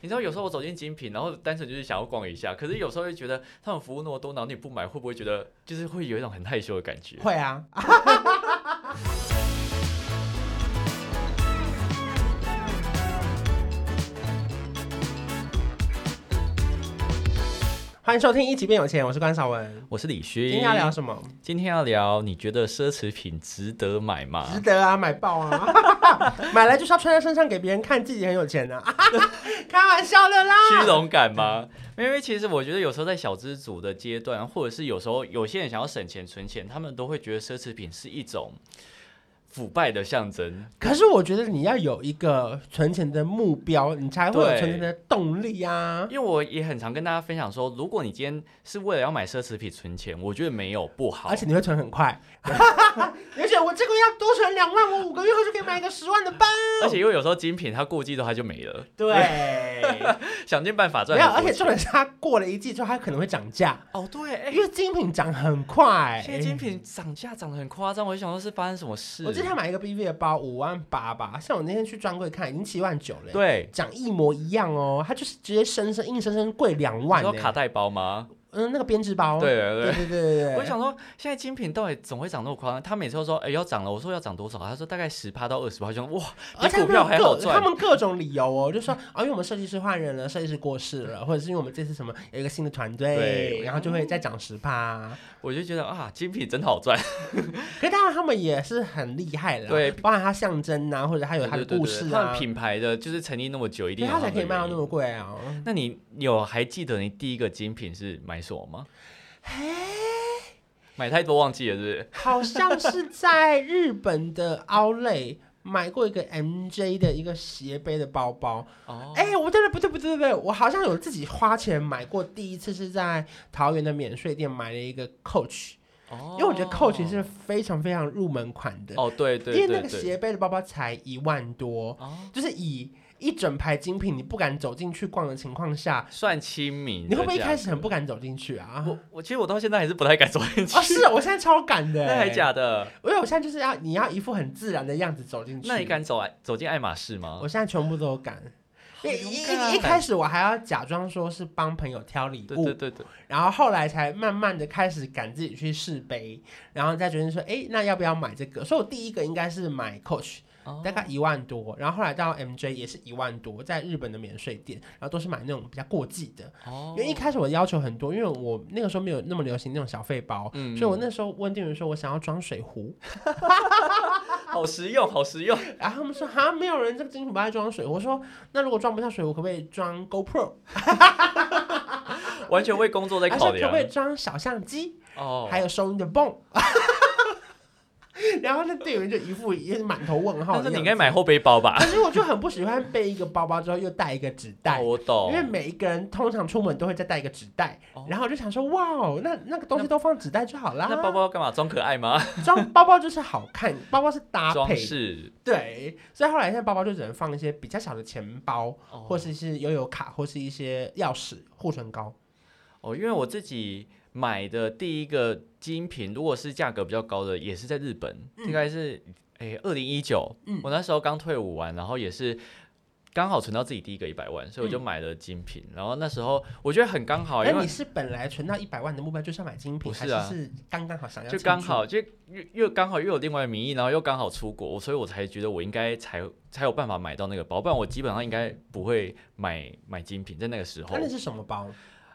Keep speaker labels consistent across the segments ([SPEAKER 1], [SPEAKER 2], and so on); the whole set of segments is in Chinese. [SPEAKER 1] 你知道有时候我走进精品，然后单纯就是想要逛一下，可是有时候会觉得他们服务那么多，然后你不买，会不会觉得就是会有一种很害羞的感觉？
[SPEAKER 2] 会啊， 欢迎收听一起变有钱，我是关少文。
[SPEAKER 1] 我是李
[SPEAKER 2] 今
[SPEAKER 1] 勋，
[SPEAKER 2] 天要聊什么？
[SPEAKER 1] 今天要聊你觉得奢侈品值得买吗？
[SPEAKER 2] 值得啊，买爆啊！ 买来就是要穿在身上给别人看，自己很有钱的、啊。 开玩笑的啦，
[SPEAKER 1] 虚荣感吗？因为其实我觉得有时候在小资族的阶段，或者是有时候有些人想要省钱存钱，他们都会觉得奢侈品是一种腐败的象征。
[SPEAKER 2] 可是我觉得你要有一个存钱的目标，你才会有
[SPEAKER 1] 对
[SPEAKER 2] 存钱的动力啊。
[SPEAKER 1] 因为我也很常跟大家分享说，如果你今天是为了要买奢侈品存钱，我觉得没有不好
[SPEAKER 2] 而。且你会存很快， 而且我这个月要多存两万，我五个月后就可以买一个十万的包。
[SPEAKER 1] 而且因为有时候精品它过季之后它就没了，
[SPEAKER 2] 对，
[SPEAKER 1] 想尽办法赚
[SPEAKER 2] 没
[SPEAKER 1] 很多钱。
[SPEAKER 2] 有，而且重点是它过了一季之后，它可能会涨价，
[SPEAKER 1] 哦对，哎、
[SPEAKER 2] 因为精品涨很快。
[SPEAKER 1] 现在精品涨价涨得很夸张，我就想说是发生什么事？
[SPEAKER 2] 我之前买一个 BV 的包五万八吧，像我那天去专柜看，已经七万九了。。
[SPEAKER 1] 对，
[SPEAKER 2] 长一模一样哦，它就是直接生生硬生生贵两
[SPEAKER 1] 你
[SPEAKER 2] 万、
[SPEAKER 1] 说卡
[SPEAKER 2] 欸。
[SPEAKER 1] 带包吗？
[SPEAKER 2] 嗯，那个编织包。
[SPEAKER 1] 对
[SPEAKER 2] 对
[SPEAKER 1] 对哦对。
[SPEAKER 2] 对对对对。
[SPEAKER 1] 我就想说，现在精品到底总会涨那么夸张？他每次都说，哎、要涨了。我说要涨多少？他说大概十趴到二十趴。我想，哇，
[SPEAKER 2] 而且
[SPEAKER 1] 比股票还好赚
[SPEAKER 2] 他们各他们各种理由哦，就说啊，因为我们设计师换人了，设计师过世了，或者是因为我们这次什么有一个新的团队
[SPEAKER 1] 对，
[SPEAKER 2] 然后就会再涨十趴。
[SPEAKER 1] 我就觉得啊，精品真好赚。
[SPEAKER 2] 可是当然他们也是很厉害啦，
[SPEAKER 1] 对
[SPEAKER 2] 包含它象征啊，或者它有它的
[SPEAKER 1] 对对对
[SPEAKER 2] 故事
[SPEAKER 1] 他
[SPEAKER 2] 啊
[SPEAKER 1] 们，品牌的就是成立那么久，一
[SPEAKER 2] 对
[SPEAKER 1] 定
[SPEAKER 2] 它才可以卖到那
[SPEAKER 1] 那
[SPEAKER 2] 么贵啊。
[SPEAKER 1] 那你有还记得你第一个精品是买什么吗？买太多忘记了，是不是？
[SPEAKER 2] 好像是在日本的 Outlet 买过一个 MJ 的一个斜背的包包，
[SPEAKER 1] 哦，
[SPEAKER 2] 哎、我真的不对不对不对，我好像有自己花钱买过，第一次是在桃园的免税店买了一个 Coach，因哎为我觉得 Coach 是非常非常入门款的，
[SPEAKER 1] 哦，对对
[SPEAKER 2] 因
[SPEAKER 1] 对
[SPEAKER 2] 为那个
[SPEAKER 1] 对
[SPEAKER 2] 斜背的包包才一万多，
[SPEAKER 1] 哦，
[SPEAKER 2] 就是以一整排精品你不敢走进去逛的情况下，
[SPEAKER 1] 算亲民的价格。
[SPEAKER 2] 你会不会一开始很不敢走进去啊？
[SPEAKER 1] 我我其实我到现在还是不太敢走进 去，
[SPEAKER 2] 啊，是我现在超敢的、欸
[SPEAKER 1] 那还，假的？
[SPEAKER 2] 因为我现在就是要你要一副很自然的样子走进去，
[SPEAKER 1] 那你？敢走爱走进爱马仕吗？
[SPEAKER 2] 我啊现在全部都敢。因为哎一一
[SPEAKER 1] 始。
[SPEAKER 2] 一开始我还要假装说是帮朋友挑礼
[SPEAKER 1] 啊对
[SPEAKER 2] 物
[SPEAKER 1] 对，对对，
[SPEAKER 2] 然后后来才慢慢的开始敢自己去试杯，然后再决定说，哎，那要不要买这个？所以我第一个应该是买 Coach，
[SPEAKER 1] 哦
[SPEAKER 2] 大概一万多，然后后来到 MJ 也是一万多，在日本的免税店，然后都是买那种比较过季的，
[SPEAKER 1] 哦
[SPEAKER 2] 因为一开始我要求很多，因为我那个时候没有那么流行那种小费包。
[SPEAKER 1] 嗯
[SPEAKER 2] 所以我那时候问店员说，我想要装水壶，
[SPEAKER 1] 好实用，好实用。
[SPEAKER 2] 然后他们说哈，没有人这个金品不爱装水壶。我说那如果装不下水壶，可不可以装 GoPro？
[SPEAKER 1] 完全为工作在
[SPEAKER 2] 还
[SPEAKER 1] 考
[SPEAKER 2] 是可
[SPEAKER 1] 量
[SPEAKER 2] 不可以装小相机？
[SPEAKER 1] 哦。
[SPEAKER 2] 还有收音的泵。 然后那店员就一副也是满头问号
[SPEAKER 1] 但
[SPEAKER 2] 的
[SPEAKER 1] 是
[SPEAKER 2] 样
[SPEAKER 1] 你
[SPEAKER 2] 子。
[SPEAKER 1] 应该买后背包吧？
[SPEAKER 2] 可是我就很不喜欢背一个包包之后又带一个纸袋，
[SPEAKER 1] 哦我懂
[SPEAKER 2] 因为，每一个人通常出门都会再带一个纸袋。
[SPEAKER 1] 哦
[SPEAKER 2] 然后我就想说，哇哦，那那个东西都放纸袋就好啦。
[SPEAKER 1] 那包包干嘛装可爱吗？
[SPEAKER 2] 装包包就是好看， 包包是搭
[SPEAKER 1] 装
[SPEAKER 2] 配。
[SPEAKER 1] 饰，
[SPEAKER 2] 对，所以后来现在包包就只能放一些比较小的钱包，
[SPEAKER 1] 哦
[SPEAKER 2] 或是是悠游卡，或是一些钥匙、护唇膏。
[SPEAKER 1] 哦，因为我自己买的第一个精品，如果是价格比较高的，也是在日本，
[SPEAKER 2] 嗯
[SPEAKER 1] 应该是诶二零一九
[SPEAKER 2] 嗯，
[SPEAKER 1] 我那时候刚退伍完，然后也是。刚好存到自己第一个一百万，所以我就买了精品。然后那时候我觉得很刚哦好，因
[SPEAKER 2] 那
[SPEAKER 1] 为
[SPEAKER 2] 嗯哎你是本来存到一百万的目标就是要买精品，
[SPEAKER 1] 不是
[SPEAKER 2] 还是
[SPEAKER 1] 啊
[SPEAKER 2] 是刚刚好想要
[SPEAKER 1] 就
[SPEAKER 2] 庆
[SPEAKER 1] 刚
[SPEAKER 2] 祝
[SPEAKER 1] 好就又又刚好又有另外的名义，然后又刚好出国，所以我才觉得我应该才才有办法买到那个包，不然我基本上应该不会买买精品，在那个时候
[SPEAKER 2] 那，那是什么包？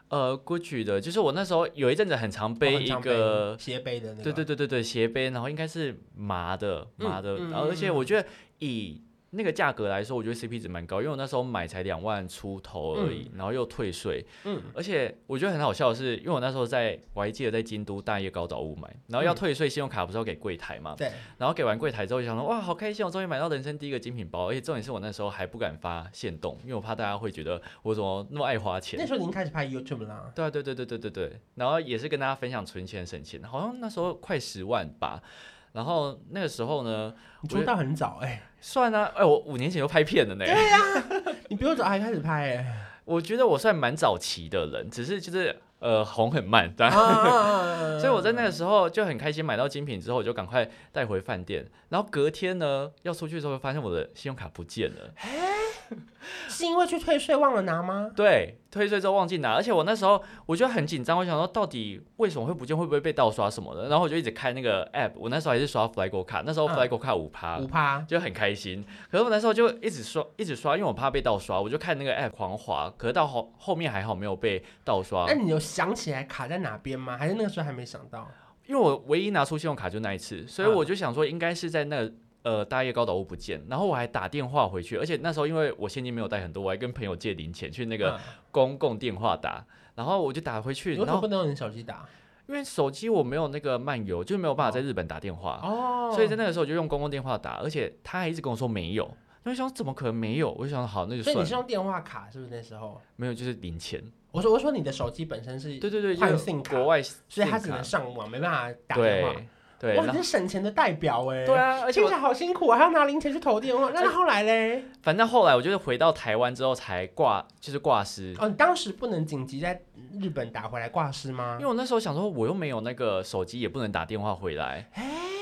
[SPEAKER 1] 呃，GUCCI 的，就是我那时候有一阵子很常背一
[SPEAKER 2] 哦很常
[SPEAKER 1] 个
[SPEAKER 2] 背，斜背的那个，
[SPEAKER 1] 对对对对对，斜背，然后应该是麻的
[SPEAKER 2] 嗯
[SPEAKER 1] 麻的，
[SPEAKER 2] 嗯
[SPEAKER 1] 然后而且
[SPEAKER 2] 嗯
[SPEAKER 1] 我觉得以那个价格来说，我觉得 CP 值蛮高，因为我那时候买才两万出头而已，然后又退税，
[SPEAKER 2] 嗯，
[SPEAKER 1] 而且我觉得很好笑的是，因为我那时候在，我还记得在京都大业高岛屋买，然后
[SPEAKER 2] 嗯
[SPEAKER 1] 要退税，信用卡不是要给柜台嘛，
[SPEAKER 2] 对，
[SPEAKER 1] 然后给完柜台之后，就想说哇，好开心，我终于买到人生第一个精品包，而且重点是我那时候还不敢发现动，因为我怕大家会觉得我怎么那么爱花
[SPEAKER 2] 那
[SPEAKER 1] 钱。
[SPEAKER 2] 时候已经开始拍 YouTube 啦，
[SPEAKER 1] 对啊，对对对对对对，然后也是跟大家分享存钱省钱，好像那时候快十万吧。然后那个时候呢，
[SPEAKER 2] 你
[SPEAKER 1] 我
[SPEAKER 2] 出道很早哎，
[SPEAKER 1] 算啊，哎、我五年前就拍片了呢。
[SPEAKER 2] 你比我早还开始 拍哎，
[SPEAKER 1] 我觉得我算蛮早期的人，只是就是呃红很慢，但
[SPEAKER 2] 啊啊啊啊啊
[SPEAKER 1] 所以我在那个时候就很开心，买到精品之后，我就赶快带回饭店。然后隔天呢，要出去的时候，发现我的信用卡不见了。
[SPEAKER 2] 是因为去退税忘了拿吗？
[SPEAKER 1] 对，退税之后忘记拿，而且我那时候我就很紧张，我想说到底为什么会不见，会不会被盗刷什么的，然后我就一直开那个 app，我那时候还是刷 Flygo 卡，那时候
[SPEAKER 2] 嗯
[SPEAKER 1] Flygo 卡五趴、
[SPEAKER 2] 五趴，
[SPEAKER 1] 就很开心。可是我那时候就一直刷，一直刷，因为我怕被盗刷，我就看那个 app 狂滑。可是到后后面还好没有被盗刷
[SPEAKER 2] 那，你有想起来卡在哪边吗？还是那个时候还没想到？
[SPEAKER 1] 因为我唯一拿出信用卡就那一次，所以
[SPEAKER 2] 嗯
[SPEAKER 1] 我就想说应该是在那个呃大叶高岛屋不见，然后我还打电话回去，而且那时候因为我现金没有带很多，我还跟朋友借零钱去那个
[SPEAKER 2] 嗯
[SPEAKER 1] 公共电话打，然后我就打回去，
[SPEAKER 2] 你为什
[SPEAKER 1] 然后
[SPEAKER 2] 么不能用你手机打？
[SPEAKER 1] 因为手机我没有那个漫游，就是没有办法在日本打电话，
[SPEAKER 2] 哦，
[SPEAKER 1] 啊所以在那个时候我就用公共电话打，而且他还一直跟我说没有。我就想怎么可能没有？我就想好，那就
[SPEAKER 2] 所
[SPEAKER 1] 算
[SPEAKER 2] 以
[SPEAKER 1] 了。
[SPEAKER 2] 你是用电话卡是不是那时候？
[SPEAKER 1] 没有，就是零钱。
[SPEAKER 2] 我说我说你的手机本身是，
[SPEAKER 1] 对对对，
[SPEAKER 2] 换
[SPEAKER 1] 就
[SPEAKER 2] 信卡
[SPEAKER 1] 国外，
[SPEAKER 2] 所以它只能上网，没办法打电话。
[SPEAKER 1] 对对，
[SPEAKER 2] 哇，
[SPEAKER 1] 然
[SPEAKER 2] 你
[SPEAKER 1] 后
[SPEAKER 2] 是省钱的代表哎、
[SPEAKER 1] 对，啊，而且
[SPEAKER 2] 听
[SPEAKER 1] 我
[SPEAKER 2] 起来好辛苦啊，还要拿零钱去投电话。那那后来嘞？
[SPEAKER 1] 反正后来我就是回到台湾之后才挂，就是挂失，
[SPEAKER 2] 哦，你当时不能紧急在日本打回来挂失吗
[SPEAKER 1] 因为？我那时候想说我又没有那个手机，也不能打电话回来。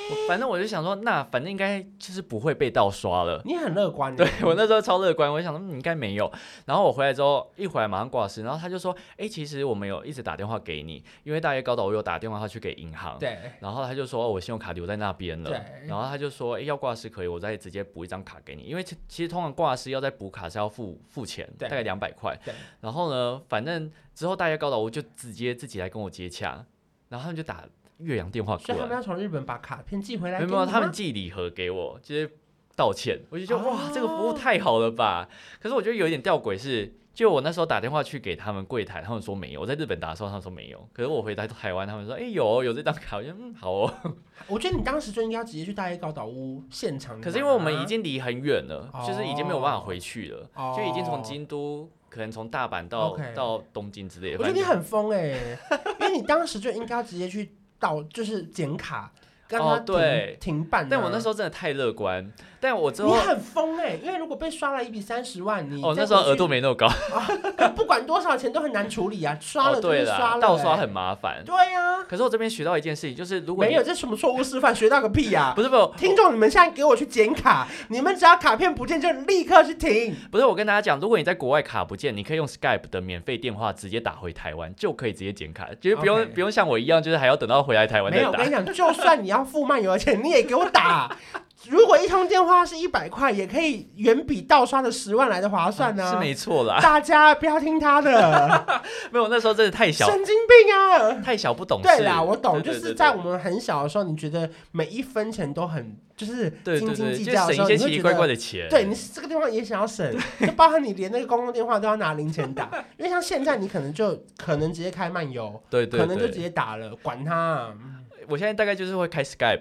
[SPEAKER 1] 我反正我就想说，那反正应该就是不会被盗刷了。
[SPEAKER 2] 你很乐观、欸，
[SPEAKER 1] 对我那时候超乐观，我想说嗯应该没有。然后我回来之后一回来马上挂失，然后他就说：“哎、其实我们有一直打电话给你，因为大约高导我有打电话去给银行，
[SPEAKER 2] 对
[SPEAKER 1] 然后他就说、哦我信用卡留在那边了
[SPEAKER 2] 对，
[SPEAKER 1] 嗯然后他就说、诶要挂失可以，我再直接补一张卡给你，因为其其实通常挂失要再补卡是要付付钱，
[SPEAKER 2] 对
[SPEAKER 1] 大概两百块
[SPEAKER 2] 对。
[SPEAKER 1] 然后呢，反正之后大家高导我就直接自己来跟我接洽，然后他们就打岳阳电话
[SPEAKER 2] 所
[SPEAKER 1] 过
[SPEAKER 2] 以他
[SPEAKER 1] 来
[SPEAKER 2] 们，要从日本把卡片寄回来
[SPEAKER 1] 啊没
[SPEAKER 2] 给
[SPEAKER 1] 有
[SPEAKER 2] 你
[SPEAKER 1] 没
[SPEAKER 2] 吗，
[SPEAKER 1] 有，他们寄礼盒给我，就是道歉，我就觉得、哇
[SPEAKER 2] 哦
[SPEAKER 1] 这个服务太好了吧。可是我觉得有一点吊诡是。就我那时候打电话去给他们柜台，他们说没有。我在日本打的时候，他们说没有。可是我回到台湾，他们说，哎、有有这张卡，我觉得嗯好哦。
[SPEAKER 2] 我觉得你当时就应该要直接去大一高岛屋现场拿。
[SPEAKER 1] 可是因为我们已经离很远了，
[SPEAKER 2] 嗯哦
[SPEAKER 1] 就是已经没有办法回去了，
[SPEAKER 2] 哦
[SPEAKER 1] 就已经从京都，可能从大阪到
[SPEAKER 2] OK
[SPEAKER 1] 到东京之类的。
[SPEAKER 2] 我觉得
[SPEAKER 1] 反
[SPEAKER 2] 你
[SPEAKER 1] 正
[SPEAKER 2] 很疯哎、因为你当时就应该要直接去到，就是剪卡，跟他
[SPEAKER 1] 哦
[SPEAKER 2] 停、
[SPEAKER 1] 对
[SPEAKER 2] 停办、
[SPEAKER 1] 但我那时
[SPEAKER 2] 候。
[SPEAKER 1] 候真的太乐观，但我之
[SPEAKER 2] 你
[SPEAKER 1] 后
[SPEAKER 2] 很疯哎、因为如果被刷了一笔三十万，你
[SPEAKER 1] 哦
[SPEAKER 2] 再
[SPEAKER 1] 那时候
[SPEAKER 2] 回去
[SPEAKER 1] 额度没那么高，
[SPEAKER 2] 不管多少钱都很难处 理啊，刷
[SPEAKER 1] 哦
[SPEAKER 2] 了就是
[SPEAKER 1] 对
[SPEAKER 2] 刷
[SPEAKER 1] 啦，
[SPEAKER 2] 了、
[SPEAKER 1] 盗刷
[SPEAKER 2] 欸
[SPEAKER 1] 很麻烦。
[SPEAKER 2] 对呀、啊，
[SPEAKER 1] 可是我这边学到一件事情，就是如果你
[SPEAKER 2] 没有这什么错误示范，学到个屁呀、
[SPEAKER 1] 不是不是
[SPEAKER 2] 听众，你们现在给我去剪卡，你们只要卡片不见就立刻去停。
[SPEAKER 1] 不是，我跟大家讲，如果你在国外卡不见，你可以用 Skype 的免费电话直接打回台湾，就可以直接剪卡，就是不用
[SPEAKER 2] OK
[SPEAKER 1] 不用像我一样，就是还要等到回来台湾
[SPEAKER 2] 没
[SPEAKER 1] 再
[SPEAKER 2] 有，我
[SPEAKER 1] 打
[SPEAKER 2] 跟你。讲，就算你要付漫游的钱，你也给我 打。如果一通电话是一百块，也可以远比盗刷的十万来的划算啊呢、
[SPEAKER 1] 啊是没错啦，
[SPEAKER 2] 大家不要听他的，
[SPEAKER 1] 没有那时候真的太 小
[SPEAKER 2] 神经病啊！
[SPEAKER 1] 太小不懂事。
[SPEAKER 2] 对啦，我懂，
[SPEAKER 1] 对
[SPEAKER 2] 就
[SPEAKER 1] 对
[SPEAKER 2] 是
[SPEAKER 1] 对
[SPEAKER 2] 在
[SPEAKER 1] 对
[SPEAKER 2] 我们很小的时候，你觉得每一分钱都很就是
[SPEAKER 1] 对
[SPEAKER 2] 斤
[SPEAKER 1] 对
[SPEAKER 2] 斤
[SPEAKER 1] 对，
[SPEAKER 2] 计
[SPEAKER 1] 就
[SPEAKER 2] 较的
[SPEAKER 1] 省
[SPEAKER 2] 时
[SPEAKER 1] 一些
[SPEAKER 2] 候，你就
[SPEAKER 1] 奇奇
[SPEAKER 2] 觉
[SPEAKER 1] 怪
[SPEAKER 2] 得
[SPEAKER 1] 怪的钱。
[SPEAKER 2] 对你是这个地方也想要省，就包含你连那个公共电话都要拿零钱 打，因为像现在你可能就可能直接开漫游，
[SPEAKER 1] 对对
[SPEAKER 2] 可能就直
[SPEAKER 1] 对，
[SPEAKER 2] 接打了，管他啊、
[SPEAKER 1] 我现在大概就是会开 Skype，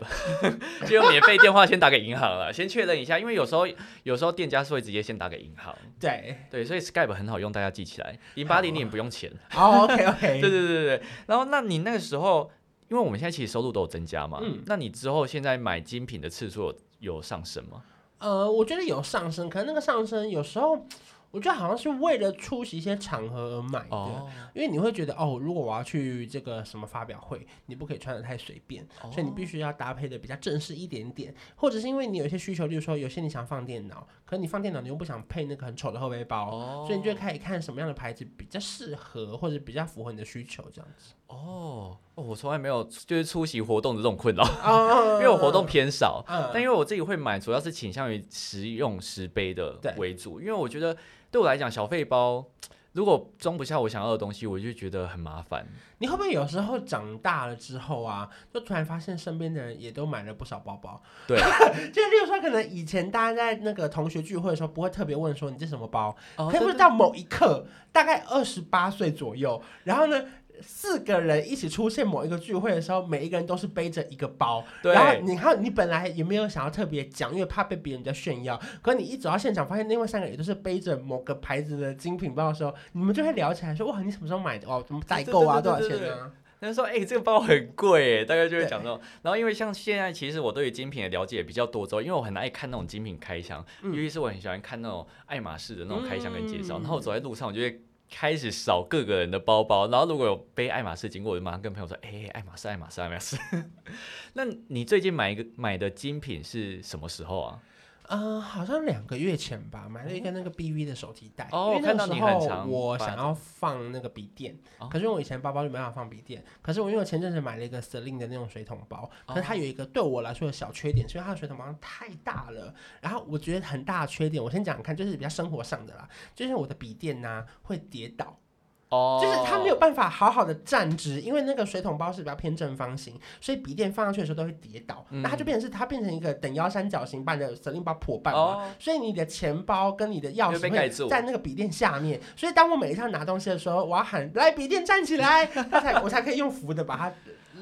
[SPEAKER 1] 就用免费电话先打给银行了，先确认一下，因为有时候有时候店家是会直接先打给银行，
[SPEAKER 2] 对、
[SPEAKER 1] 对，所以 Skype 很好用，大家记起来，零八零零不用钱。
[SPEAKER 2] 哦 o k OK，
[SPEAKER 1] 对对对对对，然后那你那个时候，因为我们现在其实收入都有增加嘛，
[SPEAKER 2] 嗯
[SPEAKER 1] 那你之后现在买精品的次数有有上升吗？
[SPEAKER 2] 呃，我觉得有上升，可能那个上升有时候我觉得好像是为了出席一些场合而买的。
[SPEAKER 1] 哦，
[SPEAKER 2] 因为你会觉得哦，如果我要去这个什么发表会，你不可以穿的太随便，
[SPEAKER 1] 哦
[SPEAKER 2] 所以你必须要搭配的比较正式一点点，或者是因为你有一些需求，例如说有些你想放电脑，可你放电脑你又不想配那个很丑的后背包，
[SPEAKER 1] 哦
[SPEAKER 2] 所以你就会开始看什么样的牌子比较适合，或者比较符合你的需求这样子。
[SPEAKER 1] 哦哦，我从来没有就是出席活动的这种困 扰，
[SPEAKER 2] 哦
[SPEAKER 1] 因为我活动偏少，
[SPEAKER 2] 嗯
[SPEAKER 1] 但因为我自己会买，主要是倾向于实用实背的
[SPEAKER 2] 对
[SPEAKER 1] 为主，因为我觉得对我来讲，小费包如果装不下我想要的东西，我就觉得很麻烦。
[SPEAKER 2] 你会不会有时候长大了之后啊，就突然发现身边的人也都买了不少包包？
[SPEAKER 1] 对，
[SPEAKER 2] 就例如说，可能以前大家在那个同学聚会的时候，不会特别问说你这什么包，
[SPEAKER 1] 哦
[SPEAKER 2] 可以不是到某一刻，大概二十八岁左右，然后呢？四个人一起出现某一个聚会的时候，每一个人都是背着一个包，
[SPEAKER 1] 对
[SPEAKER 2] 然后你看，你本来也没有想要特别讲，因为怕被别人在炫耀。可你一走到现场，发现另外三个也都是背着某个牌子的精品包的时候，你们就会聊起来说：“哇，你什么时候买的？哇，怎么代购啊？多
[SPEAKER 1] 对
[SPEAKER 2] 少
[SPEAKER 1] 对对
[SPEAKER 2] 钱啊
[SPEAKER 1] 他说：“哎、这个包很贵耶，大概就会讲这种。然后因为像现在，其实我对于精品的了解也比较多之后，因为我很爱看那种精品开箱，
[SPEAKER 2] 嗯
[SPEAKER 1] 尤其是我很喜欢看那种爱马仕的那种开箱跟介绍。
[SPEAKER 2] 嗯
[SPEAKER 1] 然后我走在路上，我就会开始扫各个人的包包。然后如果有背爱马仕经过，我就马上跟朋友说：‘哎、爱马仕，爱 马仕，爱马仕。’那你最近买一个买的精品是什么时候啊？？”
[SPEAKER 2] 呃，好像两个月前吧，买了一个那个 BV 的手提袋，
[SPEAKER 1] 哦
[SPEAKER 2] 因为
[SPEAKER 1] 看
[SPEAKER 2] 那
[SPEAKER 1] 到
[SPEAKER 2] 个时
[SPEAKER 1] 你很
[SPEAKER 2] 候
[SPEAKER 1] 常
[SPEAKER 2] 我
[SPEAKER 1] 发
[SPEAKER 2] 想要放那个笔电，
[SPEAKER 1] 哦
[SPEAKER 2] 可是我以前包包就没办法放笔电，可是我因为我前阵子买了一个 Celine 的那种水桶包，
[SPEAKER 1] 哦
[SPEAKER 2] 可是它有一个对我来说的小缺点，是因为它的水桶包太大了，然后我觉得很大的缺点，我先讲看，就是比较生活上的啦，就是我的笔电呐、会跌倒。
[SPEAKER 1] 哦，
[SPEAKER 2] 就是它没有办法好好的站直，因为那个水桶包是比较偏正方形，所以笔电放上去的时候都会跌倒，
[SPEAKER 1] 嗯
[SPEAKER 2] 那它就变成是它变成一个等腰三角形半的指令包破半嘛。
[SPEAKER 1] 哦，
[SPEAKER 2] 所以你的钱包跟你的钥匙
[SPEAKER 1] 会被盖住
[SPEAKER 2] 会在那个笔电下面，所以当我每一趟拿东西的时候，我要喊来笔电站 起来，它才我才可以用扶的把它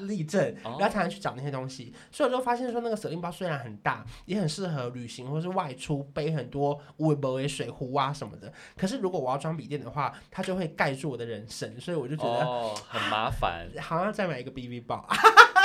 [SPEAKER 2] 立正，
[SPEAKER 1] 哦
[SPEAKER 2] 然后才能去找那些东西。所以我就发现说，那个手拎包虽然很大，也很适合旅行或是外出背很多微波微水壶啊什么的，可是如果我要装笔电的话，它就会盖住我的人身，所以我就觉得
[SPEAKER 1] 哦很麻烦。
[SPEAKER 2] 好像再买一个 BB 包， 啊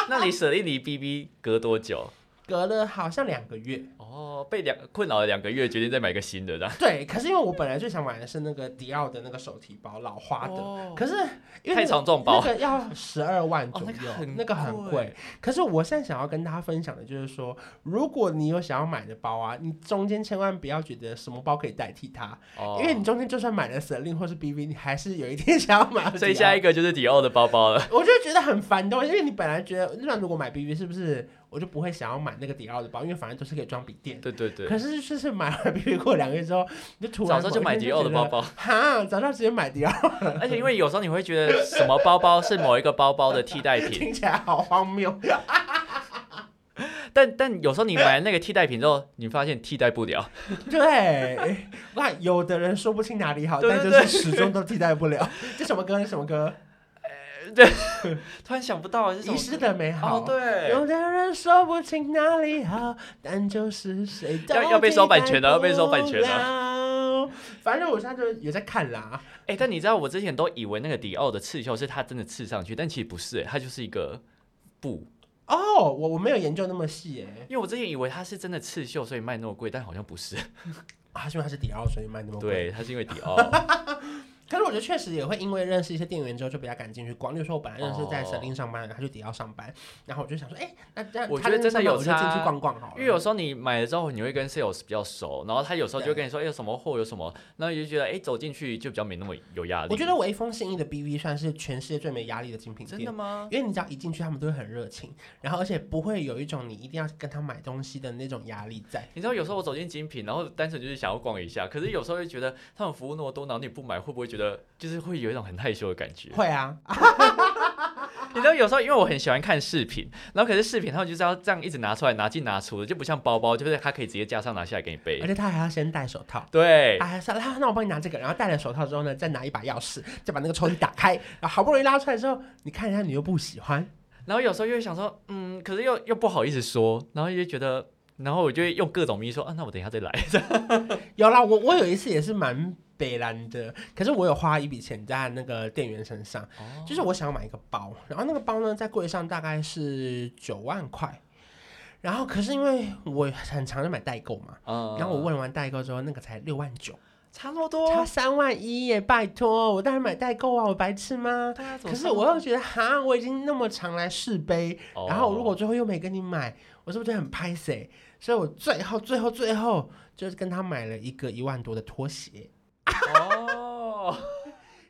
[SPEAKER 1] 那你舍利离 BB 隔多久？
[SPEAKER 2] 隔了好像两个月。
[SPEAKER 1] 哦，被两困扰了两个月，决定再买个新的，这样
[SPEAKER 2] 对，可是因为我本来最想买的是那个迪奥的那个手提包，老花的。
[SPEAKER 1] 哦
[SPEAKER 2] 可是因为那
[SPEAKER 1] 太
[SPEAKER 2] 个
[SPEAKER 1] 常撞包
[SPEAKER 2] 那个要十二万左
[SPEAKER 1] 哦
[SPEAKER 2] 右，
[SPEAKER 1] 那个很
[SPEAKER 2] 那个很贵
[SPEAKER 1] 贵。
[SPEAKER 2] 可是我现在想要跟大家分享的就是说，如果你有想要买的包啊，你中间千万不要觉得什么包可以代替它，
[SPEAKER 1] 哦，
[SPEAKER 2] 因为你中间就算买了 Celine 或是 BV，你还是有一天想要买。
[SPEAKER 1] 所以下一
[SPEAKER 2] 个，
[SPEAKER 1] 个就是迪奥的包包 了。
[SPEAKER 2] 我就觉得很烦的，因为你本来觉得，那如果买 BV 是不是我就不会想要买那个迪奥的包，因为反正都是可以装笔电。
[SPEAKER 1] 对对对，
[SPEAKER 2] 可是就是买完 BV 过两个月之后，你就突然
[SPEAKER 1] 早上就买
[SPEAKER 2] 某一天
[SPEAKER 1] 迪奥的
[SPEAKER 2] 觉得
[SPEAKER 1] 包 包，
[SPEAKER 2] 哈，早上直接买迪奥，
[SPEAKER 1] 而且因为有时候你会觉得什么包包是某一个包包的替代 品，
[SPEAKER 2] 听起来好荒谬。
[SPEAKER 1] 但但有时候你买了那个替代品之后，你发现替代不 了。
[SPEAKER 2] 对，那有的人说不清哪里好，
[SPEAKER 1] 对
[SPEAKER 2] 但就
[SPEAKER 1] 对
[SPEAKER 2] 是始终都替代不了。 这什么歌？什么歌？
[SPEAKER 1] 突然想不到是什
[SPEAKER 2] 遗
[SPEAKER 1] 么？
[SPEAKER 2] 失的美好。
[SPEAKER 1] 哦，对，
[SPEAKER 2] 有的人说不清哪里好，但就是谁都
[SPEAKER 1] 要要被收版权
[SPEAKER 2] 的，
[SPEAKER 1] 了要被收版权
[SPEAKER 2] 了。反正我现在就有在看啦，
[SPEAKER 1] 哎，但你知道我之前都以为那个迪奥的刺绣是它真的刺上去，但其实不是，哎它就是一个布。
[SPEAKER 2] 哦、我我没有研究那么细诶、
[SPEAKER 1] 因为我之前以为它是真的刺绣，所以卖那么贵，但好像不是。
[SPEAKER 2] 啊，因为它是迪奥，所以卖那么贵。
[SPEAKER 1] 对，它是因为迪奥。
[SPEAKER 2] 可是我觉得确实也会因为认识一些店员之后就比较敢进去逛。例如说，我本来认识在
[SPEAKER 1] 哦
[SPEAKER 2] 神令上班的，他去迪奥上班，然后我就想说，哎、那这样
[SPEAKER 1] 我
[SPEAKER 2] 他
[SPEAKER 1] 觉得
[SPEAKER 2] 在
[SPEAKER 1] 真的
[SPEAKER 2] 那上班
[SPEAKER 1] 有
[SPEAKER 2] 我就进去
[SPEAKER 1] 差
[SPEAKER 2] 逛逛好
[SPEAKER 1] 因为
[SPEAKER 2] 了。
[SPEAKER 1] 有时候你买了之后，你会跟 sales 比较熟，然后他有时候就会跟你说，哎、有什么货有什么，然后你就觉得，哎、走进去就比较没那么有压力。
[SPEAKER 2] 我觉得微风信义的 BV 算是全世界最没压力的精品
[SPEAKER 1] 真的
[SPEAKER 2] 店。
[SPEAKER 1] 吗？
[SPEAKER 2] 因为你只要一进去，他们都会很热情，然后而且不会有一种你一定要跟他买东西的那种压力在。
[SPEAKER 1] 你知道有时候我走进精品，然后单纯就是想要逛一下，可是有时候会觉得他们服务那么多，然后你不买，会不会觉得就是会有一种很害羞的感 觉？
[SPEAKER 2] 会啊，
[SPEAKER 1] 你知道有时候因为我很喜欢看饰品，然后可是饰品他们就是要这样一直拿出来拿进拿出的，就不像包包，就是它可以直接加上拿下来给你背
[SPEAKER 2] 而。且他还要先戴手套。
[SPEAKER 1] 对，
[SPEAKER 2] 哎，算了，那我帮你拿这个，然后戴了手套之后呢，再拿一把钥匙，再把那个抽屉打开，然后好不容易拉出来之后，你看一下你又不喜欢，
[SPEAKER 1] 然后有时候又会想说，嗯，可是又又不好意思说，然后又觉得，然后我就会用各种咪说，啊，那我等一下再来。
[SPEAKER 2] 有啦，我我有一次也是蛮北蓝的，可是我有花一笔钱在那个店员身上，
[SPEAKER 1] 哦
[SPEAKER 2] 就是我想要买一个包，然后那个包呢在柜上大概是九万块，然后可是因为我很常就买代购嘛，
[SPEAKER 1] 嗯
[SPEAKER 2] 然后我问完代购之后，那个才六万九，
[SPEAKER 1] 差那么
[SPEAKER 2] 差
[SPEAKER 1] 多，
[SPEAKER 2] 三万一耶，拜托，我当然买代购啊，我白痴吗？
[SPEAKER 1] 对啊怎
[SPEAKER 2] 可
[SPEAKER 1] 么
[SPEAKER 2] 是
[SPEAKER 1] 差那么
[SPEAKER 2] 我又觉得哈，我已经那么常来试杯，
[SPEAKER 1] 多
[SPEAKER 2] 然后
[SPEAKER 1] 哦
[SPEAKER 2] 如果最后又没跟你买，我是不是就很拍谁？所以我最后最后最后就是跟他买了一个一万多的拖鞋。
[SPEAKER 1] 哦，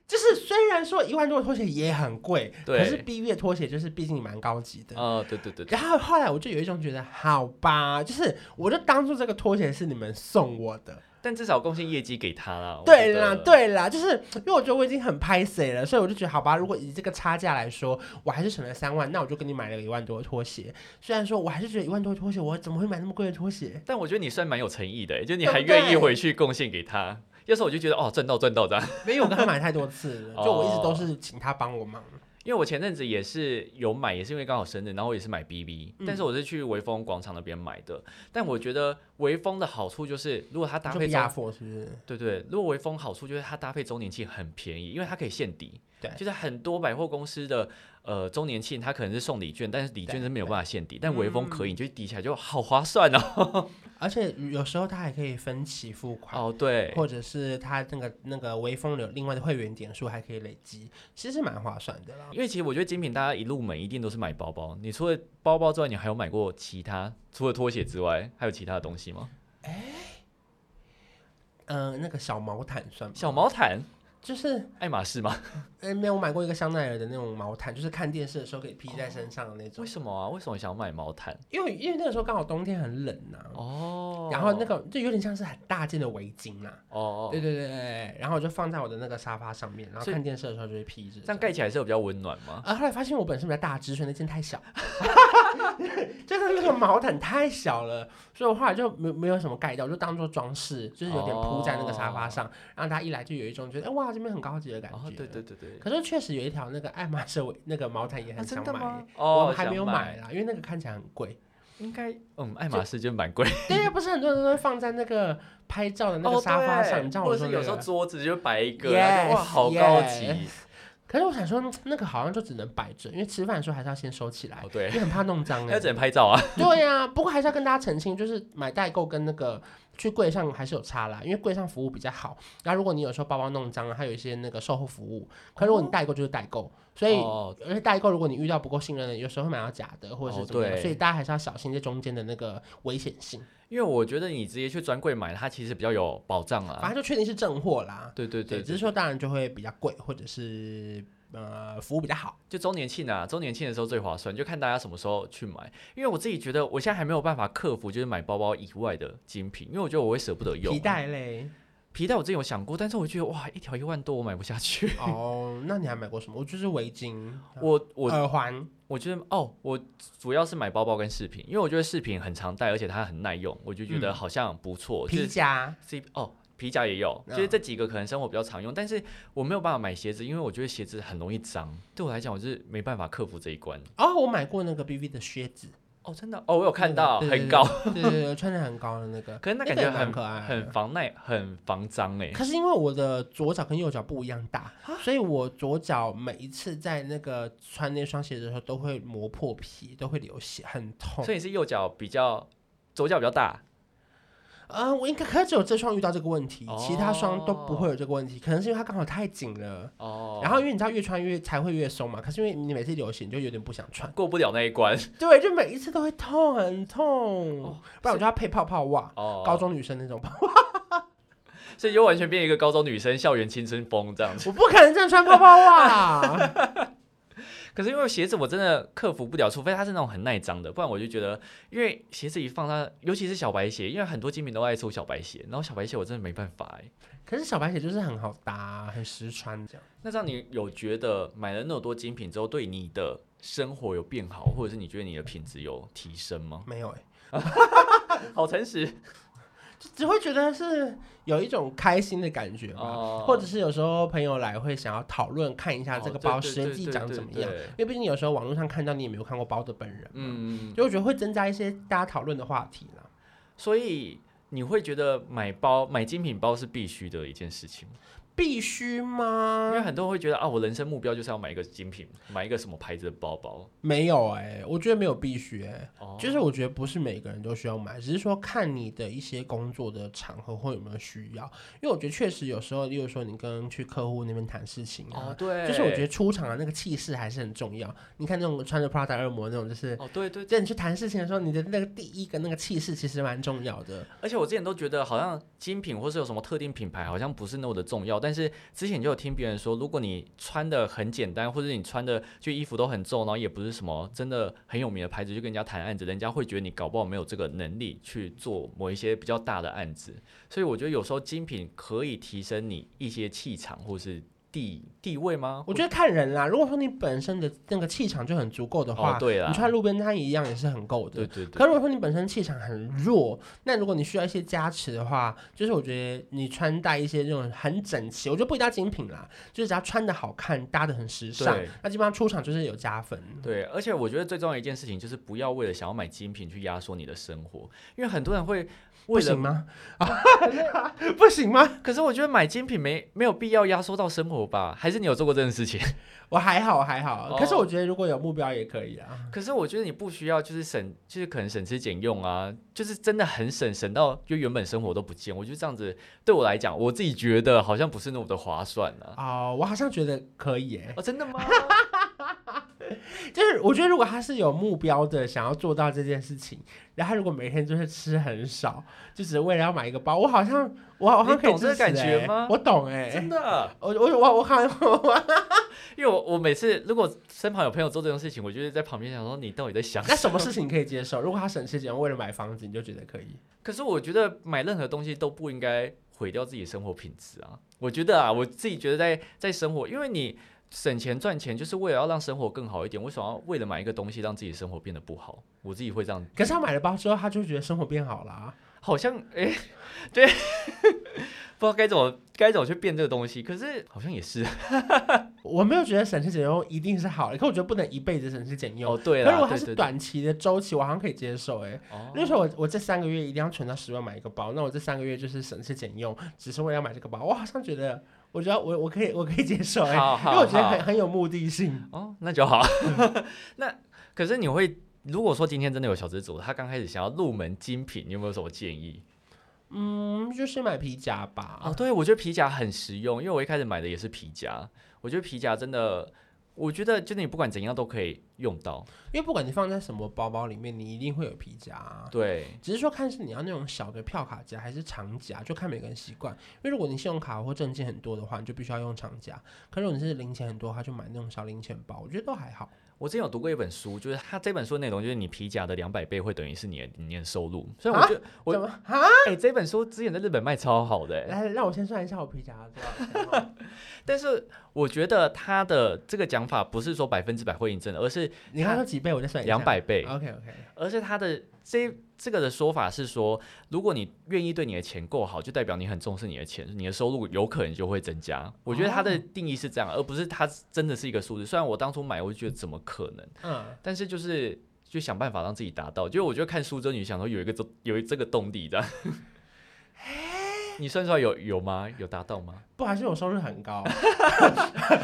[SPEAKER 2] 就是虽然说一万多的拖鞋也很贵，
[SPEAKER 1] 对
[SPEAKER 2] 可是 B 月拖鞋就是毕竟蛮高级的。
[SPEAKER 1] 啊，对对对，对
[SPEAKER 2] 然后后来我就有一种觉得，好吧，就是我就当做这个拖鞋是你们送我的，
[SPEAKER 1] 但至少贡献业绩给他啦。我
[SPEAKER 2] 对
[SPEAKER 1] 觉得
[SPEAKER 2] 啦，，对啦，就是因为我觉得我已经很拍谁了，所以我就觉得好吧，如果以这个差价来说，我还是省了三万，那我就跟你买了个一万多的拖鞋。虽然说我还是觉得一万多的拖鞋，我怎么会买那么贵的拖鞋？
[SPEAKER 1] 但我觉得你算蛮有诚意的，就你
[SPEAKER 2] 对
[SPEAKER 1] 还
[SPEAKER 2] 不对
[SPEAKER 1] 愿意回去贡献给他。要是我就觉得哦，赚到赚到这样。
[SPEAKER 2] 没有，我跟他买太多次了， 哦就我一直都是请他帮我忙。
[SPEAKER 1] 因为我前阵子也是有买，也是因为刚好生日，然后我也是买 BB，、
[SPEAKER 2] 嗯
[SPEAKER 1] 但是我是去微风广场那边买的。但我觉得微风的好处就是，如果它搭
[SPEAKER 2] 就
[SPEAKER 1] 配
[SPEAKER 2] 比亚
[SPEAKER 1] 周，
[SPEAKER 2] 佛是不是？
[SPEAKER 1] 对对，如果微风好处就是它搭配周年庆很便宜，因为它可以现抵。
[SPEAKER 2] 对
[SPEAKER 1] 就是很多百货公司的呃周年庆，它可能是送礼券，但是礼券
[SPEAKER 2] 对
[SPEAKER 1] 是没有
[SPEAKER 2] 对
[SPEAKER 1] 办法现抵，
[SPEAKER 2] 嗯
[SPEAKER 1] 但微风可以，你就抵起来就好划算哦。
[SPEAKER 2] 而且有时候他还可以分期付款。
[SPEAKER 1] 哦，对，
[SPEAKER 2] 或者是他那个那个微风流另外的会员点数还可以累积，其实蛮划算的啦。
[SPEAKER 1] 因为其实我觉得精品大家一入门一定都是买包包，你除了包包之外，你还有买过其他除了拖鞋之外，还有其他的东西吗？
[SPEAKER 2] 嗯、那个小毛毯算吗？
[SPEAKER 1] 小毛毯，
[SPEAKER 2] 就是
[SPEAKER 1] 爱马仕吗？
[SPEAKER 2] 哎，没有，我买过一个香奈儿的那种毛毯，就是看电视的时候可以披在身上的那种。
[SPEAKER 1] 为什么啊？为什么想要买毛毯？
[SPEAKER 2] 因为因为那个时候刚好冬天很冷呐、
[SPEAKER 1] 哦，
[SPEAKER 2] 然后那个就有点像是很大件的围巾啦、
[SPEAKER 1] 哦，
[SPEAKER 2] 对对对对对，然后我就放在我的那个沙发上面，然后
[SPEAKER 1] 所以
[SPEAKER 2] 看电视的时候就会披着。
[SPEAKER 1] 这样盖起来是有比较温暖吗？
[SPEAKER 2] 啊，后来发现我本身比较大只，所以那件太小， 就是那个毛毯太小了，所以我后来就没没有什么盖掉，我就当做装饰，就是有点铺在那个沙发上，让大家一来就有一种觉得哎哇这边很高级的感觉。
[SPEAKER 1] 哦哦，对对。对对，
[SPEAKER 2] 可是确实有一条那个爱马仕围那个毛毯也很想买，
[SPEAKER 1] 哦
[SPEAKER 2] 我，还没有
[SPEAKER 1] 想
[SPEAKER 2] 买，啦，因为那个看起来很贵。
[SPEAKER 1] 应该嗯，爱马仕就蛮贵。
[SPEAKER 2] 对呀，不是很多人都会放在那个拍照的那个
[SPEAKER 1] 哦
[SPEAKER 2] 沙发上，
[SPEAKER 1] 对
[SPEAKER 2] 你知道
[SPEAKER 1] 或
[SPEAKER 2] 我
[SPEAKER 1] 者
[SPEAKER 2] 说
[SPEAKER 1] 是
[SPEAKER 2] 那
[SPEAKER 1] 有时候
[SPEAKER 2] 个。
[SPEAKER 1] 桌子就摆一个，然后就哇，
[SPEAKER 2] Yes，
[SPEAKER 1] 好高
[SPEAKER 2] yes
[SPEAKER 1] 级。
[SPEAKER 2] 可是我想说，嗯那个好像就只能摆着，因为吃饭的时候还是要先收起来
[SPEAKER 1] 哦，，对
[SPEAKER 2] 因，为很怕弄脏哎、
[SPEAKER 1] 那 只能拍照啊。
[SPEAKER 2] 对呀、不过还是要跟大家澄清，就是买代购跟那个去柜上还是有差啦，因为柜上服务比较好。然后如果你有时候包包弄脏了，啊还有一些那个售后服务。可如果你代购就是代购，所以、
[SPEAKER 1] 哦
[SPEAKER 2] 而且代购如果你遇到不够信任的，有时候会买到假的或者是
[SPEAKER 1] 哦
[SPEAKER 2] 怎么样，
[SPEAKER 1] 对
[SPEAKER 2] 所以大家还是要小心这中间的那个危险性。
[SPEAKER 1] 因为我觉得你直接去专柜买，它其实比较有保障
[SPEAKER 2] 反
[SPEAKER 1] 啊。
[SPEAKER 2] 正就确定是正货啦，
[SPEAKER 1] 对对对，
[SPEAKER 2] 只是说当然就会比较贵，或者是呃服务比较好。
[SPEAKER 1] 就周年庆啊，周年庆的时候最划算，就看大家什么时候去买。因为我自己觉得我现在还没有办法克服，就是买包包以外的精品，因为我觉得我会舍不得用。啊
[SPEAKER 2] 皮带嘞，
[SPEAKER 1] 皮带我之前有想过，但是我觉得哇，一条一万多我买不下去。
[SPEAKER 2] 哦，那你还买过什么？我就是围巾，
[SPEAKER 1] 我我
[SPEAKER 2] 耳环，
[SPEAKER 1] 我觉得哦，我主要是买包包跟饰品，因为我觉得饰品很常戴，而且它很耐用，我就觉得好像不错。就
[SPEAKER 2] 皮
[SPEAKER 1] 是
[SPEAKER 2] 夹。
[SPEAKER 1] C 哦，皮夹也有，就是这几个可能生活比较常用，但是我没有办法买鞋子，因为我觉得鞋子很容易脏，对我来讲我是没办法克服这一关。
[SPEAKER 2] 哦，我买过那个 BV 的靴子，
[SPEAKER 1] 哦，真的哦，我有看到
[SPEAKER 2] 对对对
[SPEAKER 1] 很高，
[SPEAKER 2] 对对对，穿的很高的那个，
[SPEAKER 1] 可是那感
[SPEAKER 2] 个
[SPEAKER 1] 觉
[SPEAKER 2] 也蛮
[SPEAKER 1] 很
[SPEAKER 2] 可爱的
[SPEAKER 1] 很防耐，很防脏 哎、
[SPEAKER 2] 可是因为我的左脚跟右脚不一样大，
[SPEAKER 1] 啊
[SPEAKER 2] 所以我左脚每一次在那个穿那双鞋子的时候都会磨破皮，都会流血，很痛。
[SPEAKER 1] 所以你是右脚比较，左脚比较大
[SPEAKER 2] 呃，我应该可能只有这双遇到这个问题，其他双都不
[SPEAKER 1] 哦
[SPEAKER 2] 会有这个问题，可能是因为它刚好太紧了。
[SPEAKER 1] 哦，
[SPEAKER 2] 然后因为你知道越穿越才会越松嘛，可是因为你每次流血你就有点不想 穿，
[SPEAKER 1] 过不了那一关
[SPEAKER 2] 对，就每一次都会痛，很痛，
[SPEAKER 1] 哦
[SPEAKER 2] 不然我就要配泡泡袜，
[SPEAKER 1] 哦，
[SPEAKER 2] 高中女生那种泡，
[SPEAKER 1] 所以就完全变一个高中女生校园青春风这样子。
[SPEAKER 2] 我不可能这样穿泡泡袜。
[SPEAKER 1] 可是因为鞋子我真的克服不了，除非它是那种很耐脏的，不然我就觉得，因为鞋子一放它，尤其是小白鞋，因为很多精品都爱出小白鞋，然后小白鞋我真的没办法哎、
[SPEAKER 2] 可是小白鞋就是很好搭、很实穿这样。
[SPEAKER 1] 那让你有觉得买了那么多精品之后，对你的生活有变好，或者是你觉得你的品质有提升吗？
[SPEAKER 2] 没有哎、
[SPEAKER 1] 好诚实
[SPEAKER 2] 就只会觉得是有一种开心的感觉吧。
[SPEAKER 1] 哦
[SPEAKER 2] 或者是有时候朋友来会想要讨论看一下这个包实际长怎么样，？因为毕竟有时候网络上看到你也没有看过包的本人，
[SPEAKER 1] 嗯，
[SPEAKER 2] 就我觉得会增加一些大家讨论的话题啦。
[SPEAKER 1] 所以你会觉得买包买精品包是必须的一件事情吗，
[SPEAKER 2] 必须
[SPEAKER 1] 因为
[SPEAKER 2] 吗？
[SPEAKER 1] 很多人会觉得啊，我人生目标就是要买一个精品，买一个什么牌子的包包。
[SPEAKER 2] 没有哎、我觉得没有必须哎、
[SPEAKER 1] 哦，
[SPEAKER 2] 就是我觉得不是每个人都需要买，只是说看你的一些工作的场合或有没有需要。因为我觉得确实有时候，例如说你跟去客户那边谈事情啊，
[SPEAKER 1] 哦，对，
[SPEAKER 2] 就是我觉得出场的那个气势还是很重要。你看那种穿着 Prada 恶魔那种，就是
[SPEAKER 1] 哦，对对，
[SPEAKER 2] 在你去谈事情的时候，你的那个第一个那个气势其实蛮重要的。
[SPEAKER 1] 而且我之前都觉得好像精品或是有什么特定品牌好像不是那么的重要，但是之前就有听别人说，如果你穿的很简单，或者你穿的就衣服都很重，然后也不是什么真的很有名的牌子，就跟人家谈案子，人家会觉得你搞不好没有这个能力去做某一些比较大的案子，所以我觉得有时候精品可以提升你一些气场或是地地位吗？
[SPEAKER 2] 我觉得看人啦，如果说你本身的那个气场就很足够的
[SPEAKER 1] 哦
[SPEAKER 2] 话，，
[SPEAKER 1] 对啦
[SPEAKER 2] 你，穿路边摊一样也是很够
[SPEAKER 1] 对
[SPEAKER 2] 的。
[SPEAKER 1] 对对，
[SPEAKER 2] 可如果说你本身气场很弱，那如果你需要一些加持的话，就是我觉得你穿戴一些这种很整齐，我觉得不一定要精品啦，就是只要穿的好看，搭的很时尚
[SPEAKER 1] 对，
[SPEAKER 2] 那基本上出场就是有加分。
[SPEAKER 1] 对，而且我觉得最重要的一件事情就是不要为了想要买精品去压缩你的生活，因为很多人会
[SPEAKER 2] 不
[SPEAKER 1] 为了
[SPEAKER 2] 行吗？ 不行吗？
[SPEAKER 1] 可是我觉得买精品没没有必要压缩到生活吧？还是你有做过这件事情？
[SPEAKER 2] 我还好，还好。
[SPEAKER 1] 哦
[SPEAKER 2] 可是我觉得如果有目标也可以啊。
[SPEAKER 1] 可是我觉得你不需要，就是省，就是可能省吃俭用啊，就是真的很省，省到就原本生活都不见。我觉得这样子对我来讲，我自己觉得好像不是那么的划算啊。
[SPEAKER 2] 哦，我好像觉得可以耶。
[SPEAKER 1] 哦，真的吗？
[SPEAKER 2] 就是我觉得如果他是有目标的，想要做到这件事情，然后他如果每天就是吃很少，就只是为了要买一个包，我好像我好像
[SPEAKER 1] 你
[SPEAKER 2] 可以
[SPEAKER 1] 懂这个
[SPEAKER 2] 支持
[SPEAKER 1] 感觉
[SPEAKER 2] 欸
[SPEAKER 1] 吗
[SPEAKER 2] 我懂哎、
[SPEAKER 1] 真的，
[SPEAKER 2] 我我我我好像我
[SPEAKER 1] 因为我我每次如果身旁有朋友做这种事情，我就是在旁边想说你到底在想
[SPEAKER 2] 那什么事情可以接受？如果他省吃俭用为了买房子，你就觉得可以？
[SPEAKER 1] 可是我觉得买任何东西都不应该毁掉自己生活品质啊！我觉得啊，我自己觉得在在生活，因为你省钱赚钱就是为了要让生活更好一点，为什么要为了买一个东西让自己生活变得不好？我自己会这样，
[SPEAKER 2] 可是他买了包之后，他就觉得生活变好了、啊。
[SPEAKER 1] 好像哎、对，不知道该怎么该怎么去变这个东西，可是好像也是
[SPEAKER 2] 我没有觉得省吃俭用一定是好的，可我觉得不能一辈子省吃俭用。
[SPEAKER 1] 哦，对
[SPEAKER 2] 可如
[SPEAKER 1] 啦，
[SPEAKER 2] 果它
[SPEAKER 1] 对
[SPEAKER 2] 是
[SPEAKER 1] 对对，
[SPEAKER 2] 短期的周期，我好像可以接受、欸。
[SPEAKER 1] 哦
[SPEAKER 2] 例如说我我这三个月一定要存到十万买一个包，那我这三个月就是省吃俭用，只是为了要买这个包。我好像觉得，我觉得我我可以我可以接受、欸，
[SPEAKER 1] 好
[SPEAKER 2] 因为
[SPEAKER 1] 好
[SPEAKER 2] 我觉得
[SPEAKER 1] 好
[SPEAKER 2] 很，很有目的性。
[SPEAKER 1] 哦，那就好。 那可是你会，如果说今天真的有小资主，他刚开始想要入门精品，你有没有什么建议？
[SPEAKER 2] 嗯，就是买皮夹
[SPEAKER 1] 哦，
[SPEAKER 2] 吧。
[SPEAKER 1] 对，我觉得皮夹很实用，因为我一开始买的也是皮夹，我觉得皮夹真的，我觉得就是你不管怎样都可以用到。
[SPEAKER 2] 因为不管你放在什么包包里面，你一定会有皮夹啊、
[SPEAKER 1] 对，
[SPEAKER 2] 只是说看是你要那种小的票卡夹还是长夹，就看每个人习惯。因为如果你信用卡或证件很多的话，你就必须要用长夹；可如果你是零钱很多的话，就买那种小零钱包，我觉得都还好。
[SPEAKER 1] 我之前有读过一本书，就是它这本书的内容就是你皮夹的两百倍会等于是你的年收入，所以我觉得我
[SPEAKER 2] 怎么啊？
[SPEAKER 1] 哎、这本书之前在日本卖超好的、欸，
[SPEAKER 2] 来，让我先算一下我皮夹多少钱哦。
[SPEAKER 1] 但是我觉得他的这个讲法不是说百分之百会印证的，而是
[SPEAKER 2] 你刚刚说几倍？我再算一下。
[SPEAKER 1] 两百倍。
[SPEAKER 2] OK OK，
[SPEAKER 1] 而是他的这这个的说法是说，如果你愿意对你的钱够好，就代表你很重视你的钱，你的收入有可能就会增加。我觉得他的定义是这样，而不是他真的是一个数字。虽然我当初买，我就觉得怎么可能，
[SPEAKER 2] 嗯，
[SPEAKER 1] 但是就是就想办法让自己达到。就我觉得看苏州女想说有一个这有一这个动力的，你算出来有有吗？有达到 吗？
[SPEAKER 2] 不还是我收入很高？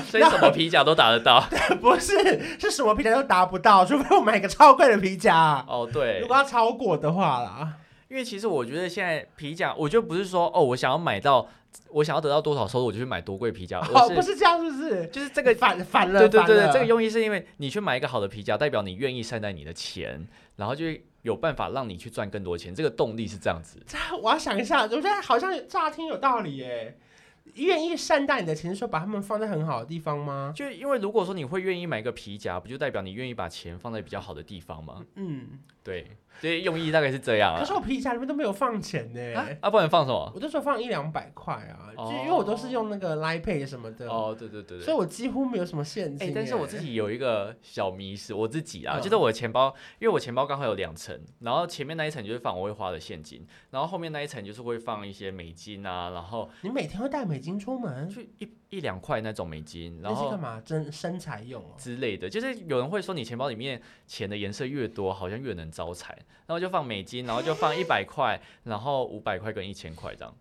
[SPEAKER 1] 所以什么皮夹都打得到。
[SPEAKER 2] 不是，是什么皮夹都达不到，除非我买一个超贵的皮夹。
[SPEAKER 1] 哦，对，
[SPEAKER 2] 如果要超过的话啦，
[SPEAKER 1] 因为其实我觉得现在皮夹，我就不是说哦，我想要买到，我想要得到多少收入，我就去买多贵 皮夹，
[SPEAKER 2] 哦，
[SPEAKER 1] 而
[SPEAKER 2] 不
[SPEAKER 1] 是
[SPEAKER 2] 是这样，是不是？
[SPEAKER 1] 就是这个。
[SPEAKER 2] 反反了，
[SPEAKER 1] 对对对
[SPEAKER 2] 反
[SPEAKER 1] 对，
[SPEAKER 2] 了
[SPEAKER 1] 这个用意是因为你去买一个好的皮夹，代表你愿意善待你的钱，然后就有办法让你去赚更多钱，这个动力是这样子。
[SPEAKER 2] 这我要想一下，我觉得好像乍听有道理耶。愿意善待你的钱，是说把他们放在很好的地方吗？
[SPEAKER 1] 就因为如果说你会愿意买一个皮夹，不就代表你愿意把钱放在比较好的地方吗？
[SPEAKER 2] 嗯，
[SPEAKER 1] 对，所以用意大概是这样
[SPEAKER 2] 可
[SPEAKER 1] 啊
[SPEAKER 2] 是。我皮夹里面都没有放钱呢、
[SPEAKER 1] 啊，啊不然放什么？
[SPEAKER 2] 我都说放一两百块啊，
[SPEAKER 1] 哦
[SPEAKER 2] 就因为我都是用那个 Line Pay 什么的，
[SPEAKER 1] 哦，对对对对
[SPEAKER 2] 啊所以。我几乎没有什么现
[SPEAKER 1] 哎、
[SPEAKER 2] 金、
[SPEAKER 1] 但是我自，己有一个小迷失，我自己啊，
[SPEAKER 2] 嗯
[SPEAKER 1] 就是我的钱包，因为我钱包刚好有两层，然后前面那一层就是放我会花的现金，然后后面那一层就是会放一些美金啊，然后
[SPEAKER 2] 你每天会带美金出门，
[SPEAKER 1] 就一一两块那种美金，然
[SPEAKER 2] 那是
[SPEAKER 1] 后
[SPEAKER 2] 干嘛？真身材用哦。
[SPEAKER 1] 之类的，就是有人会说你钱包里面钱的颜色越多，好像越能招财，然后就放美金，然后就放一百块，然后五百块跟一千块这样，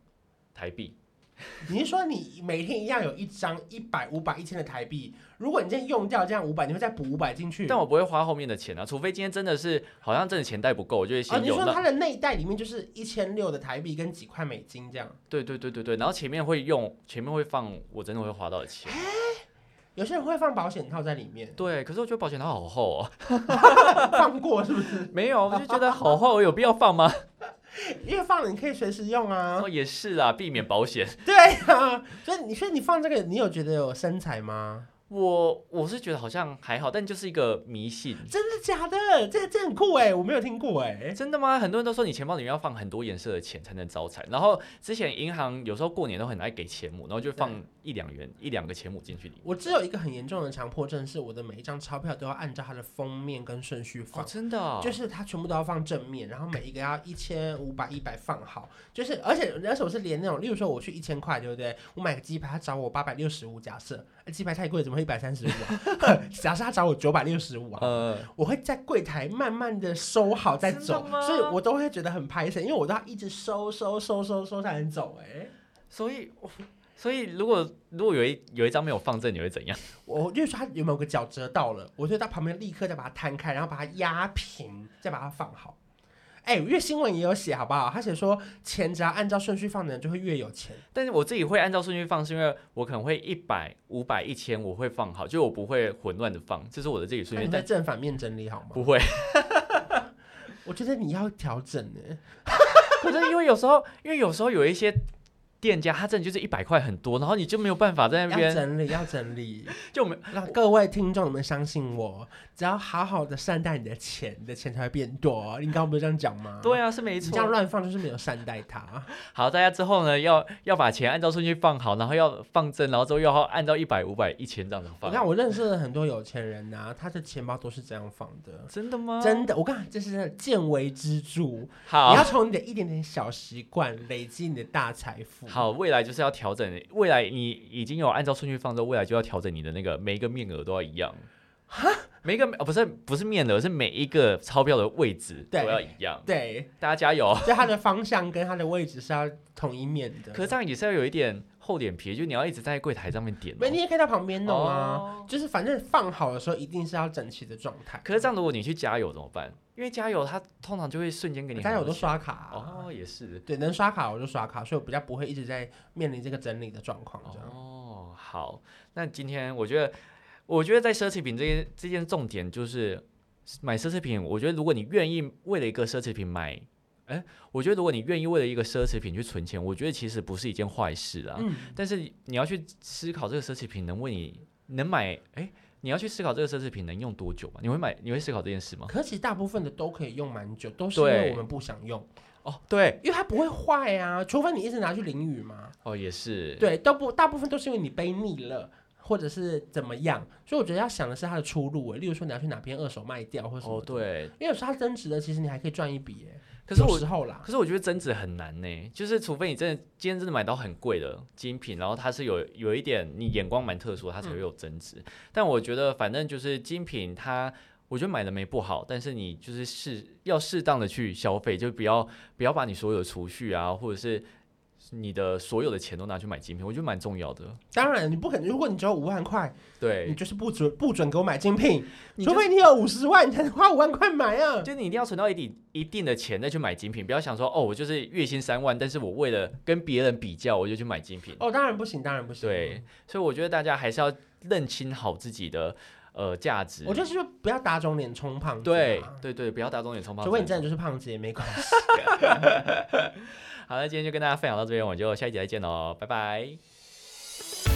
[SPEAKER 1] 台币。
[SPEAKER 2] 你是说你每天一样有一张一百、五百、一千的台币？如果你今天用掉这样五百，你会再补五百进去？
[SPEAKER 1] 但我不会花后面的钱啊，除非今天真的是好像真的钱袋不够，我就会
[SPEAKER 2] 哦，
[SPEAKER 1] 先
[SPEAKER 2] 你
[SPEAKER 1] 有
[SPEAKER 2] 说
[SPEAKER 1] 那
[SPEAKER 2] 它的内袋里面就是一千六的台币跟几块美金这样？
[SPEAKER 1] 对对对对对，然后前面会用，前面会放我真的会花到的钱。，
[SPEAKER 2] 有些人会放保险套在里面
[SPEAKER 1] 对，可是我觉得保险套好厚哦。
[SPEAKER 2] 放过是不是？
[SPEAKER 1] 没有，我就觉得好厚，有必要放吗？
[SPEAKER 2] 因为放了你可以随时用啊。
[SPEAKER 1] 哦，也是啦，避免保险。
[SPEAKER 2] 对啊，所以你所以你放这个，你有觉得有身材吗？
[SPEAKER 1] 我我是觉得好像还好，但就是一个迷信。
[SPEAKER 2] 真的假的？这这很酷哎、我没有听过哎、
[SPEAKER 1] 真的吗？很多人都说你钱包里面要放很多颜色的钱才能招财。然后之前银行有时候过年都很爱给钱母，然后就放一两元、一两个钱母进去里面。
[SPEAKER 2] 我只有一个很严重的强迫症，是我的每一张钞票都要按照它的封面跟顺序
[SPEAKER 1] 哦，
[SPEAKER 2] 放。
[SPEAKER 1] 真的啊、
[SPEAKER 2] 就是它全部都要放正面，然后每一个要一千五百一百放好，就是而且而且我是连那种，例如说我去一千块，对不对？我买个鸡排，他找我八百六十五，假设呃鸡排太贵，怎么会一百三十五啊？ 假设他找我九百六十五啊，
[SPEAKER 1] 呃，
[SPEAKER 2] 我会在柜台慢慢的收好再
[SPEAKER 1] 真的
[SPEAKER 2] 走，
[SPEAKER 1] 吗
[SPEAKER 2] 所以我都会觉得很拍神，因为我都要一直收收收收收才能走、哎，
[SPEAKER 1] 所以所以如果如果有一有一张没有放正，你会怎样？
[SPEAKER 2] 我就是说它有某个角折到了，我就到旁边立刻再把它摊开，然后把它压平，再把它放好。哎，因为新闻也有写，好不好？他写说钱只要按照顺序放的人就会越有钱。
[SPEAKER 1] 但是我自己会按照顺序放，是因为我可能会一百、五百、一千，我会放好，就我不会混乱的放，这是我的自己顺
[SPEAKER 2] 那
[SPEAKER 1] 序
[SPEAKER 2] 你。在
[SPEAKER 1] 但
[SPEAKER 2] 正反面整理好吗？
[SPEAKER 1] 不会，
[SPEAKER 2] 我觉得你要调整呢。
[SPEAKER 1] 可是因为有时候，因为有时候有一些店家，他真的就是一百块很多，然后你就没有办法在那
[SPEAKER 2] 要
[SPEAKER 1] 边
[SPEAKER 2] 整理，要整理。
[SPEAKER 1] 就没
[SPEAKER 2] 让各位听众们相信我，只要好好的善待你的钱，你的钱才会变多。你刚刚不是这样讲 吗？
[SPEAKER 1] 对啊，是没
[SPEAKER 2] 你这样
[SPEAKER 1] 错。
[SPEAKER 2] 乱放就是没有善待它。
[SPEAKER 1] 好，大家之后呢，要要把钱按照顺序放好，然后要放正，然后之后要按照一百、五百、一千这样子
[SPEAKER 2] 你
[SPEAKER 1] 放。
[SPEAKER 2] 看我认识了很多有钱人呐、他的钱包都是这样放的。
[SPEAKER 1] 真的吗？
[SPEAKER 2] 真的，我看这是见微知著，你
[SPEAKER 1] 哦好
[SPEAKER 2] 要从你的一点点小习惯累积你的大财富。，
[SPEAKER 1] 好，未来就是要调整，未来你已经有按照顺序放之后，未来就要调整你的那个每一个面额都要一样。每一个呃不是不是面额，是每一个钞票的位置都
[SPEAKER 2] 对
[SPEAKER 1] 要一样。
[SPEAKER 2] 对，
[SPEAKER 1] 大家加油！哦
[SPEAKER 2] 所以它的方向跟它的位置是要同一面的。
[SPEAKER 1] 可是这样也是要有一点厚脸皮，就你要一直在柜台上面点、
[SPEAKER 2] 没，你
[SPEAKER 1] 哦。
[SPEAKER 2] 也可以到旁边弄啊。
[SPEAKER 1] 哦
[SPEAKER 2] 就是反正放好的时候一定是要整齐的状态。
[SPEAKER 1] 可是这样，如果你去加油怎么办？因为加油它通常就会瞬间给你
[SPEAKER 2] 我
[SPEAKER 1] 很
[SPEAKER 2] 家有
[SPEAKER 1] 多
[SPEAKER 2] 都
[SPEAKER 1] 钱
[SPEAKER 2] 刷卡啊、
[SPEAKER 1] 哦，也是
[SPEAKER 2] 对，能刷卡我就刷卡，所以我比较不会一直在面临这个整理的状况这样。
[SPEAKER 1] 哦。好，那今天我觉得，我觉得在奢侈品这件这件重点就是买奢侈品。我觉得如果你愿意为了一个奢侈品买，哎，我觉得如果你愿意为了一个奢侈品去存钱，我觉得其实不是一件坏事啊。
[SPEAKER 2] 嗯，
[SPEAKER 1] 但是你要去思考这个奢侈品能为你能买，哎，你要去思考这个奢侈品能用多久嘛？你会买，你会思考这件事吗？
[SPEAKER 2] 可是其实大部分的都可以用蛮久，都是因为
[SPEAKER 1] 哦对
[SPEAKER 2] 我们不想用，
[SPEAKER 1] 哦，对，
[SPEAKER 2] 因为它不会坏啊，除非你一直拿去淋雨嘛。
[SPEAKER 1] 哦，也是，
[SPEAKER 2] 对，都不大部分都是因为你背腻了。或者是怎么样，所以我觉得要想的是它的出路欸诶，例如说你要去哪边二手卖掉或什么
[SPEAKER 1] 哦，
[SPEAKER 2] 的，
[SPEAKER 1] 对。
[SPEAKER 2] 因为有时候它增值了，其实你还可以赚一笔诶。
[SPEAKER 1] 可是
[SPEAKER 2] 有
[SPEAKER 1] 我
[SPEAKER 2] 时候啦，
[SPEAKER 1] 可是我觉得增值很难呢，就是除非你真的今天真的买到很贵的精品，然后它是有有一点你眼光蛮特殊的，它才会有增值。但我觉得反正就是精品它。我觉得买了没不好，但是你就是适要适当的去消费，就不要不要把你所有的储蓄啊，或者是你的所有的钱都拿去买精品，我觉得蛮重要的。
[SPEAKER 2] 当然你不可能，如果你只有五万块，你
[SPEAKER 1] 对，
[SPEAKER 2] 就是不准不准给我买精品，
[SPEAKER 1] 你
[SPEAKER 2] 嗯除
[SPEAKER 1] 就
[SPEAKER 2] 非你有五十万，你才能花五万块买啊。
[SPEAKER 1] 就你一定要存到一定一定的钱再去买精品，不要想说哦，我就是月薪三万，但是我为了跟别人比较，我就去买精品。
[SPEAKER 2] 哦，当然不行，当然不行。
[SPEAKER 1] 对，，所以我觉得大家还是要认清好自己的呃价值。
[SPEAKER 2] 我就是说不要打肿脸充胖子、啊。
[SPEAKER 1] 对对对，不要打肿脸充胖
[SPEAKER 2] 除非你真
[SPEAKER 1] 子。
[SPEAKER 2] 的就是胖子也没关系。
[SPEAKER 1] 好，那今天就跟大家分享到这边，我们就下一集再见喽，拜拜。